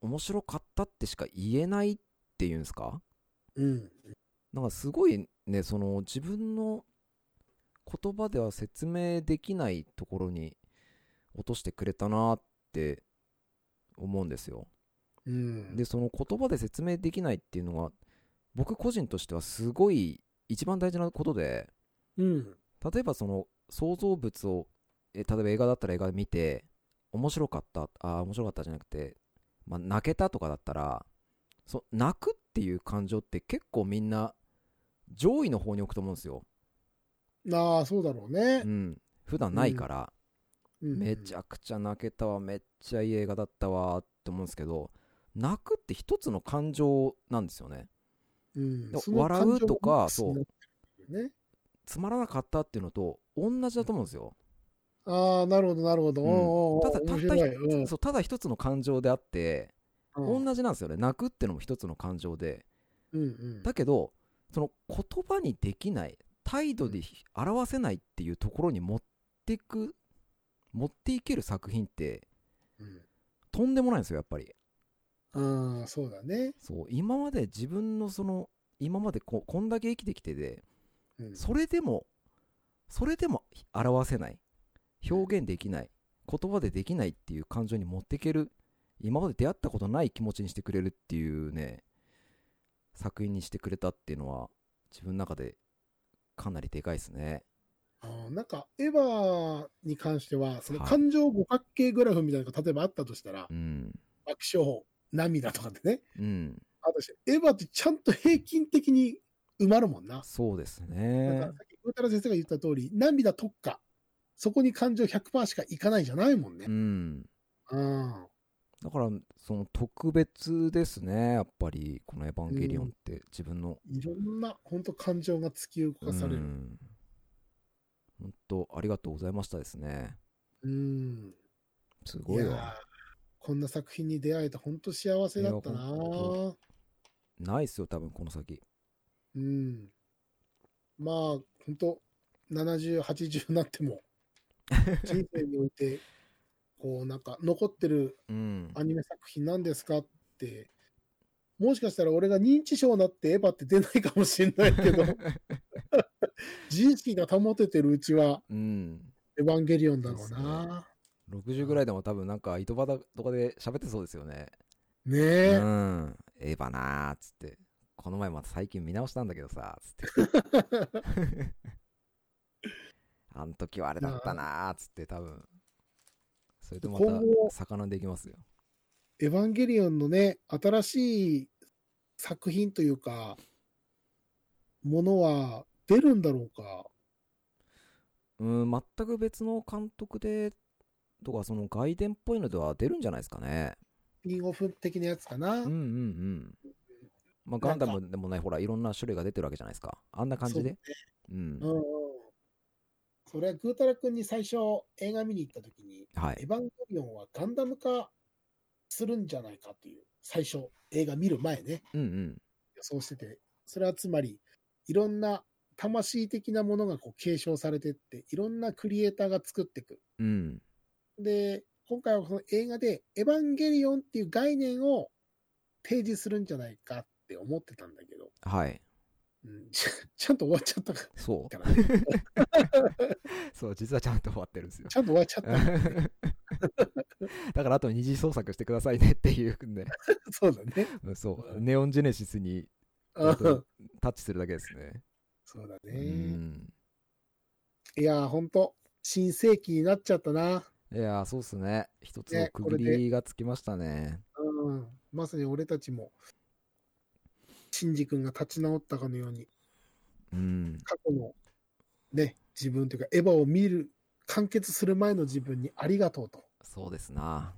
[SPEAKER 2] 面白かったってしか言えないっていうんですか
[SPEAKER 1] うん。
[SPEAKER 2] なんかすごいね、その自分の言葉では説明できないところに落としてくれたなって思うんですよ。
[SPEAKER 1] うん。
[SPEAKER 2] で、その言葉で説明できないっていうのが、僕個人としてはすごい一番大事なことで、
[SPEAKER 1] うん。
[SPEAKER 2] 例えばその想像物をえ例えば映画だったら映画見て面白かったああ面白かったじゃなくて、まあ、泣けたとかだったらそ泣くっていう感情って結構みんな上位の方に置くと思うんですよ、
[SPEAKER 1] ああ、そうだろうね
[SPEAKER 2] う。ん、普段ないから、
[SPEAKER 1] うん
[SPEAKER 2] めちゃくちゃ泣けたわめっちゃいい映画だったわって思うんですけど泣くって一つの感情なんですよね
[SPEAKER 1] うん
[SPEAKER 2] で
[SPEAKER 1] その感情
[SPEAKER 2] 笑うとか
[SPEAKER 1] ミックスになってるよね。
[SPEAKER 2] つまらなかったっていうのと同じだと思うんですよ、
[SPEAKER 1] ああ、なるほど、なるほど。
[SPEAKER 2] うん
[SPEAKER 1] おうおう
[SPEAKER 2] ただた
[SPEAKER 1] 面
[SPEAKER 2] った
[SPEAKER 1] 白い。うん
[SPEAKER 2] そうただ一つの感情であって
[SPEAKER 1] うん
[SPEAKER 2] 同じなんですよね泣くってのも一つの感情で
[SPEAKER 1] うんうん
[SPEAKER 2] だけどその言葉にできない態度で表せないっていうところに持ってく持っていける作品ってとんでもないんですよやっぱり
[SPEAKER 1] うん。ああ、そうだね。
[SPEAKER 2] そう今まで自分のその今までここんだけ生きてきてで
[SPEAKER 1] うん
[SPEAKER 2] それでもそれでも表せない表現できない言葉でできないっていう感情に持っていける今まで出会ったことない気持ちにしてくれるっていうね作品にしてくれたっていうのは自分の中でかなりでかいですね
[SPEAKER 1] あーなんか、エヴァに関しては、その
[SPEAKER 2] はい
[SPEAKER 1] 感情五角形グラフみたいなのが例えばあったとしたら、
[SPEAKER 2] うん。
[SPEAKER 1] 爆笑、涙とかでね、
[SPEAKER 2] うん。
[SPEAKER 1] あとして、エヴァってちゃんと平均的に埋まるもんな。
[SPEAKER 2] そうです
[SPEAKER 1] なんか
[SPEAKER 2] ね
[SPEAKER 1] さ。っき、ウータラ先生が言った通り、涙特化。そこに感情100%しかいかないじゃないもんね
[SPEAKER 2] う。ん。
[SPEAKER 1] うん。
[SPEAKER 2] だから、その特別ですね、やっぱり、このエヴァンゲリオンって、自分の。
[SPEAKER 1] いろんな、本当感情が突き動かされ
[SPEAKER 2] う
[SPEAKER 1] る。
[SPEAKER 2] ん本当、ありがとうございましたですね。
[SPEAKER 1] うん。
[SPEAKER 2] す
[SPEAKER 1] い
[SPEAKER 2] ごい
[SPEAKER 1] や
[SPEAKER 2] わ。
[SPEAKER 1] ーこんな作品に出会えて本当幸せだった
[SPEAKER 2] い
[SPEAKER 1] な
[SPEAKER 2] や本ないっすよ、多分この先。
[SPEAKER 1] うん。まあ、本当70、80になって
[SPEAKER 2] [LAUGHS]
[SPEAKER 1] も、人生において、こう、なんか、残ってる
[SPEAKER 2] うん。
[SPEAKER 1] アニメ作品なんですかって、もしかしたら俺が認知症になってエヴァって出ないかもしれないけ
[SPEAKER 2] [LAUGHS]
[SPEAKER 1] ど、自意識が保ててるうちは、
[SPEAKER 2] うん。
[SPEAKER 1] エヴァンゲリオンだろう
[SPEAKER 2] で
[SPEAKER 1] な。
[SPEAKER 2] 60ぐらいでも多分なんか、糸端とかで喋ってそうですよね。
[SPEAKER 1] ね
[SPEAKER 2] う
[SPEAKER 1] え、
[SPEAKER 2] ん。エヴァなーっつって。この前また最近見直したんだけどさ、つって。あの時はあれだったなーっつって、多分。それとまた
[SPEAKER 1] 今後、
[SPEAKER 2] 魚でいきますよ。
[SPEAKER 1] エヴァンゲリオンのね、新しい作品というか、ものは出るんだろうか。
[SPEAKER 2] うん、全く別の監督で、とか、その外伝っぽいのでは出るんじゃないですかね。
[SPEAKER 1] スピンオフ的なやつかな。
[SPEAKER 2] うんうんうん。まあ、ガンダムでもない、ほら、いろんな種類が出てるわけじゃないですか。あんな感じで。うん
[SPEAKER 1] そう。。うんうん。それはグータラ君に最初映画見に行った時に、
[SPEAKER 2] は
[SPEAKER 1] エ
[SPEAKER 2] い。
[SPEAKER 1] ヴァンゲリオンはガンダム化するんじゃないかという、最初、映画見る前ね、
[SPEAKER 2] うんうん。
[SPEAKER 1] 予想してて、それはつまり、いろんな魂的なものがこう継承されてって、いろんなクリエイターが作っていく。
[SPEAKER 2] うん。
[SPEAKER 1] で、今回はこの映画で、エヴァンゲリオンっていう概念を提示するんじゃないかって思ってたんだけど、
[SPEAKER 2] はい。
[SPEAKER 1] うん、 [LAUGHS] ちゃちゃんと終わっちゃったか
[SPEAKER 2] そう。
[SPEAKER 1] らね。
[SPEAKER 2] そう、実はちゃんと終わってるんですよ [LAUGHS]
[SPEAKER 1] ち。ゃんと終わっちゃった。
[SPEAKER 2] だからあと二次創作してくださいねっていうんで、
[SPEAKER 1] [LAUGHS] そうだね。
[SPEAKER 2] うんそうう、ネオンジェネシスに
[SPEAKER 1] う
[SPEAKER 2] あと
[SPEAKER 1] ん
[SPEAKER 2] タッチするだけですね。
[SPEAKER 1] そうだ
[SPEAKER 2] う
[SPEAKER 1] ね。
[SPEAKER 2] ん。
[SPEAKER 1] いやー、ほんと、新世紀になっちゃったな。
[SPEAKER 2] いやー、そうっすね。一つの
[SPEAKER 1] ね
[SPEAKER 2] 区
[SPEAKER 1] これ
[SPEAKER 2] 切
[SPEAKER 1] で
[SPEAKER 2] りがつきましたね。
[SPEAKER 1] うん、まさに俺たちも、シンジ君が立ち直ったかのように、
[SPEAKER 2] うん。
[SPEAKER 1] 過去のね、自分というか、エヴァを見る、完結する前の自分にありがとうと
[SPEAKER 2] そうですな。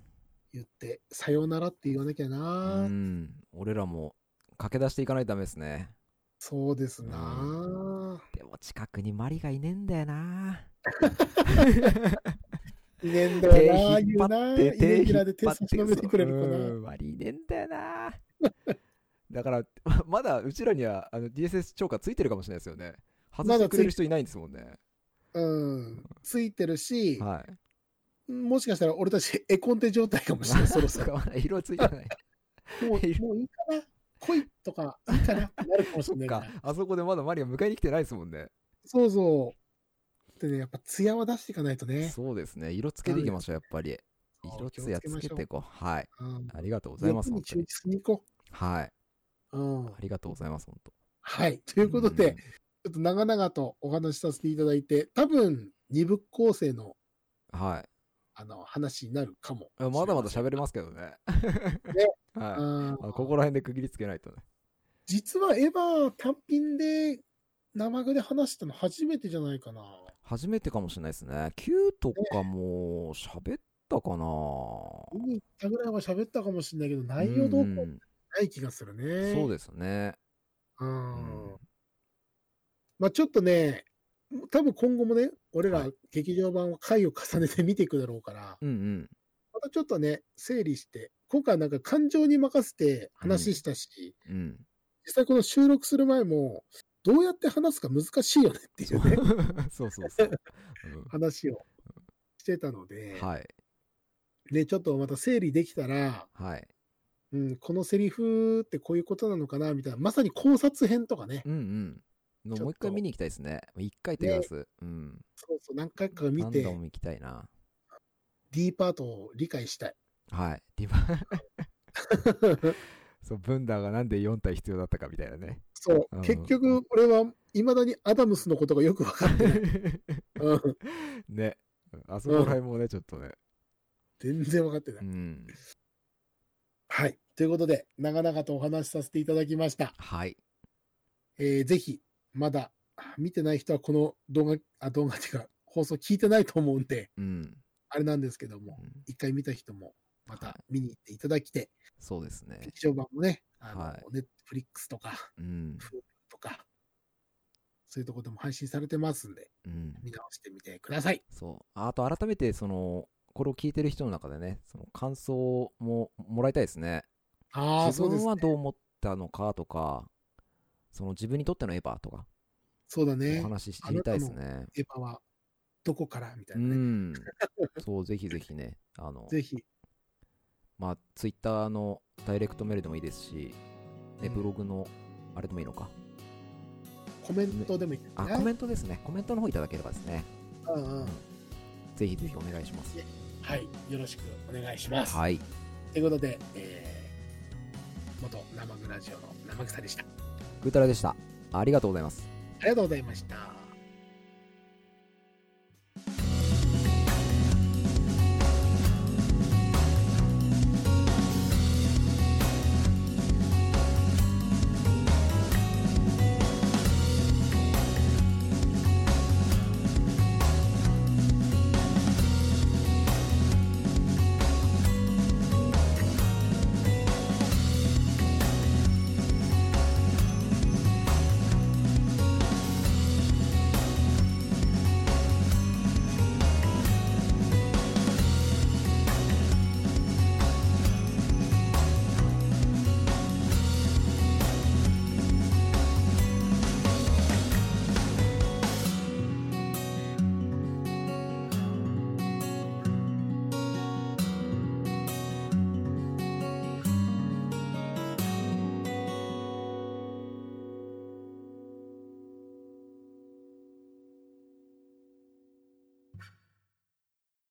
[SPEAKER 1] 言って、さようならって言わなきゃ
[SPEAKER 2] う
[SPEAKER 1] な。
[SPEAKER 2] ん。俺らも駆け出していかないとダメですね。
[SPEAKER 1] そうですな。
[SPEAKER 2] でも近くにマリがいねえんだよな。
[SPEAKER 1] いねえん
[SPEAKER 2] 手
[SPEAKER 1] だよな、
[SPEAKER 2] 引
[SPEAKER 1] 言
[SPEAKER 2] っ
[SPEAKER 1] う
[SPEAKER 2] 張
[SPEAKER 1] な。
[SPEAKER 2] って、手
[SPEAKER 1] イレギュ
[SPEAKER 2] 引
[SPEAKER 1] ラ
[SPEAKER 2] っ
[SPEAKER 1] ーで手
[SPEAKER 2] 張
[SPEAKER 1] 差
[SPEAKER 2] っ、
[SPEAKER 1] して伸べてくれるかな。
[SPEAKER 2] うん、割りねえんだよな。だから、 [LAUGHS] まだうちらにはあの DSS 超過ついてるかもしれないですよね。外してくれる人いないんですもんね。
[SPEAKER 1] うん。ついてるし、
[SPEAKER 2] はい。
[SPEAKER 1] もしかしたら俺たち絵コンテ状態かもしれ
[SPEAKER 2] [LAUGHS]
[SPEAKER 1] ない、 [LAUGHS] そろそろ。
[SPEAKER 2] まだ色つい
[SPEAKER 1] [LAUGHS]
[SPEAKER 2] てない。
[SPEAKER 1] もう、もういいかな。来いとか、いいかなってなるかもし
[SPEAKER 2] そ
[SPEAKER 1] れ
[SPEAKER 2] っ
[SPEAKER 1] ないから
[SPEAKER 2] か。、あそこでまだマリが迎えに来てないですもんね。
[SPEAKER 1] そうそう。でね、やっぱ艶は出していかないとね。
[SPEAKER 2] そうですね。色つけていきましょう、やっぱり。
[SPEAKER 1] そう
[SPEAKER 2] 色つやつけていこう。はい。
[SPEAKER 1] う。うん
[SPEAKER 2] ありがとうございます、
[SPEAKER 1] 欲
[SPEAKER 2] 本
[SPEAKER 1] に
[SPEAKER 2] 当
[SPEAKER 1] 忠
[SPEAKER 2] に。
[SPEAKER 1] 実に行こ
[SPEAKER 2] はい。
[SPEAKER 1] う。うん。
[SPEAKER 2] ありがとうございます、本当。
[SPEAKER 1] はい。ということで、ちょっと長々とお話しさせていただいて、多分、二部構成の、
[SPEAKER 2] うん、はい。
[SPEAKER 1] あの、話になるかもしれ
[SPEAKER 2] ま
[SPEAKER 1] ません。
[SPEAKER 2] だまだ喋れますけど [LAUGHS] ね。はい。
[SPEAKER 1] うん
[SPEAKER 2] あここら辺で区切りつけないとね。
[SPEAKER 1] 実はエヴァ単品で、生具で話したの初めてじゃないかな。
[SPEAKER 2] 初めてかもしれないですね。Q とかも喋ったかな
[SPEAKER 1] 見に行ったぐらいは喋ったかもしれないけど、内容どうこう
[SPEAKER 2] うん
[SPEAKER 1] ない気がするね。
[SPEAKER 2] そうですね。
[SPEAKER 1] う
[SPEAKER 2] うんん。
[SPEAKER 1] まあちょっとね、多分今後もね、俺
[SPEAKER 2] は
[SPEAKER 1] ら
[SPEAKER 2] い
[SPEAKER 1] 劇場版は回を重ねて見ていくだろうから、
[SPEAKER 2] うんうん。
[SPEAKER 1] またちょっとね、整理して、今回はなんか感情に任せて話したし、
[SPEAKER 2] うん。
[SPEAKER 1] 実際この収録する前も、どうやって話すか難しいよねってい
[SPEAKER 2] そう
[SPEAKER 1] うね、
[SPEAKER 2] [LAUGHS] そうそうそう。
[SPEAKER 1] 話をしてたの
[SPEAKER 2] う
[SPEAKER 1] で、
[SPEAKER 2] んはい。
[SPEAKER 1] ね、ちょっとまた整理できたら、
[SPEAKER 2] はい。
[SPEAKER 1] うん、このセリフってこういうことなのかな、みたいな、まさに考察編とかね、
[SPEAKER 2] うんうん。
[SPEAKER 1] ちょ
[SPEAKER 2] の
[SPEAKER 1] っと
[SPEAKER 2] もう一回見に行きたいですね。一回と言わず。うん。
[SPEAKER 1] そうそう、何回か見
[SPEAKER 2] 何
[SPEAKER 1] て、
[SPEAKER 2] 度も行きたいな。
[SPEAKER 1] D パートを理解
[SPEAKER 2] [LAUGHS]
[SPEAKER 1] したい。
[SPEAKER 2] はい。ディバ [LAUGHS]
[SPEAKER 1] [LAUGHS]
[SPEAKER 2] そう、ブンダーがなんで4体必要だったかみたいなね。
[SPEAKER 1] そうう、
[SPEAKER 2] ん
[SPEAKER 1] 結局、俺は未だにアダムスのことがよくわかってない。うん
[SPEAKER 2] ね。あそこら辺もね、ちょっとね。
[SPEAKER 1] 全然わかってな
[SPEAKER 2] う
[SPEAKER 1] い。
[SPEAKER 2] ん。
[SPEAKER 1] はい。ということで、長々とお話しさせていただきました。
[SPEAKER 2] はい。
[SPEAKER 1] えーぜひ、まだ見てない人はこの動画、あ、動画っていうか、放送聞いてないと思うんで、
[SPEAKER 2] うん。
[SPEAKER 1] あれなんですけど
[SPEAKER 2] う
[SPEAKER 1] も、
[SPEAKER 2] ん
[SPEAKER 1] 一回見た人も、ま
[SPEAKER 2] は
[SPEAKER 1] た見に行っていただきて、
[SPEAKER 2] そうですね。
[SPEAKER 1] 劇場版もね、あの、
[SPEAKER 2] はい
[SPEAKER 1] ネットフリックスとか、
[SPEAKER 2] うん。
[SPEAKER 1] とか、そういうとこでも配信されてますんで、
[SPEAKER 2] うん。
[SPEAKER 1] 見直してみてください。
[SPEAKER 2] そう。あと、改めて、その、これを聞いてる人の中でね、その感想ももらいたいですね。
[SPEAKER 1] ああ、
[SPEAKER 2] 自
[SPEAKER 1] そうで
[SPEAKER 2] 分
[SPEAKER 1] す、
[SPEAKER 2] は
[SPEAKER 1] ね。
[SPEAKER 2] どう思ったのかとか、その自分にとってのエヴァとか、
[SPEAKER 1] そうだ
[SPEAKER 2] お
[SPEAKER 1] ね。
[SPEAKER 2] 話し知りたいですね。
[SPEAKER 1] エヴァはどこからみたいうなね。
[SPEAKER 2] ん。そう、ぜひぜひね、あの、
[SPEAKER 1] ぜひ、
[SPEAKER 2] まあ、ツイッターのダイレクトメールでもいいですし、ね、
[SPEAKER 1] うん
[SPEAKER 2] ブログの、あれでもいいのか。
[SPEAKER 1] コメントでもいいですね。
[SPEAKER 2] あ、コメントですね。コメントの方いただければですね。
[SPEAKER 1] うんうん
[SPEAKER 2] ぜひぜひお願いします。
[SPEAKER 1] はい。よろしくお願いします。
[SPEAKER 2] はい。
[SPEAKER 1] ということで、えー、元生グラジオの生草でした。
[SPEAKER 2] ぐーたらでした。ありがとうございます。
[SPEAKER 1] ありがとうございました。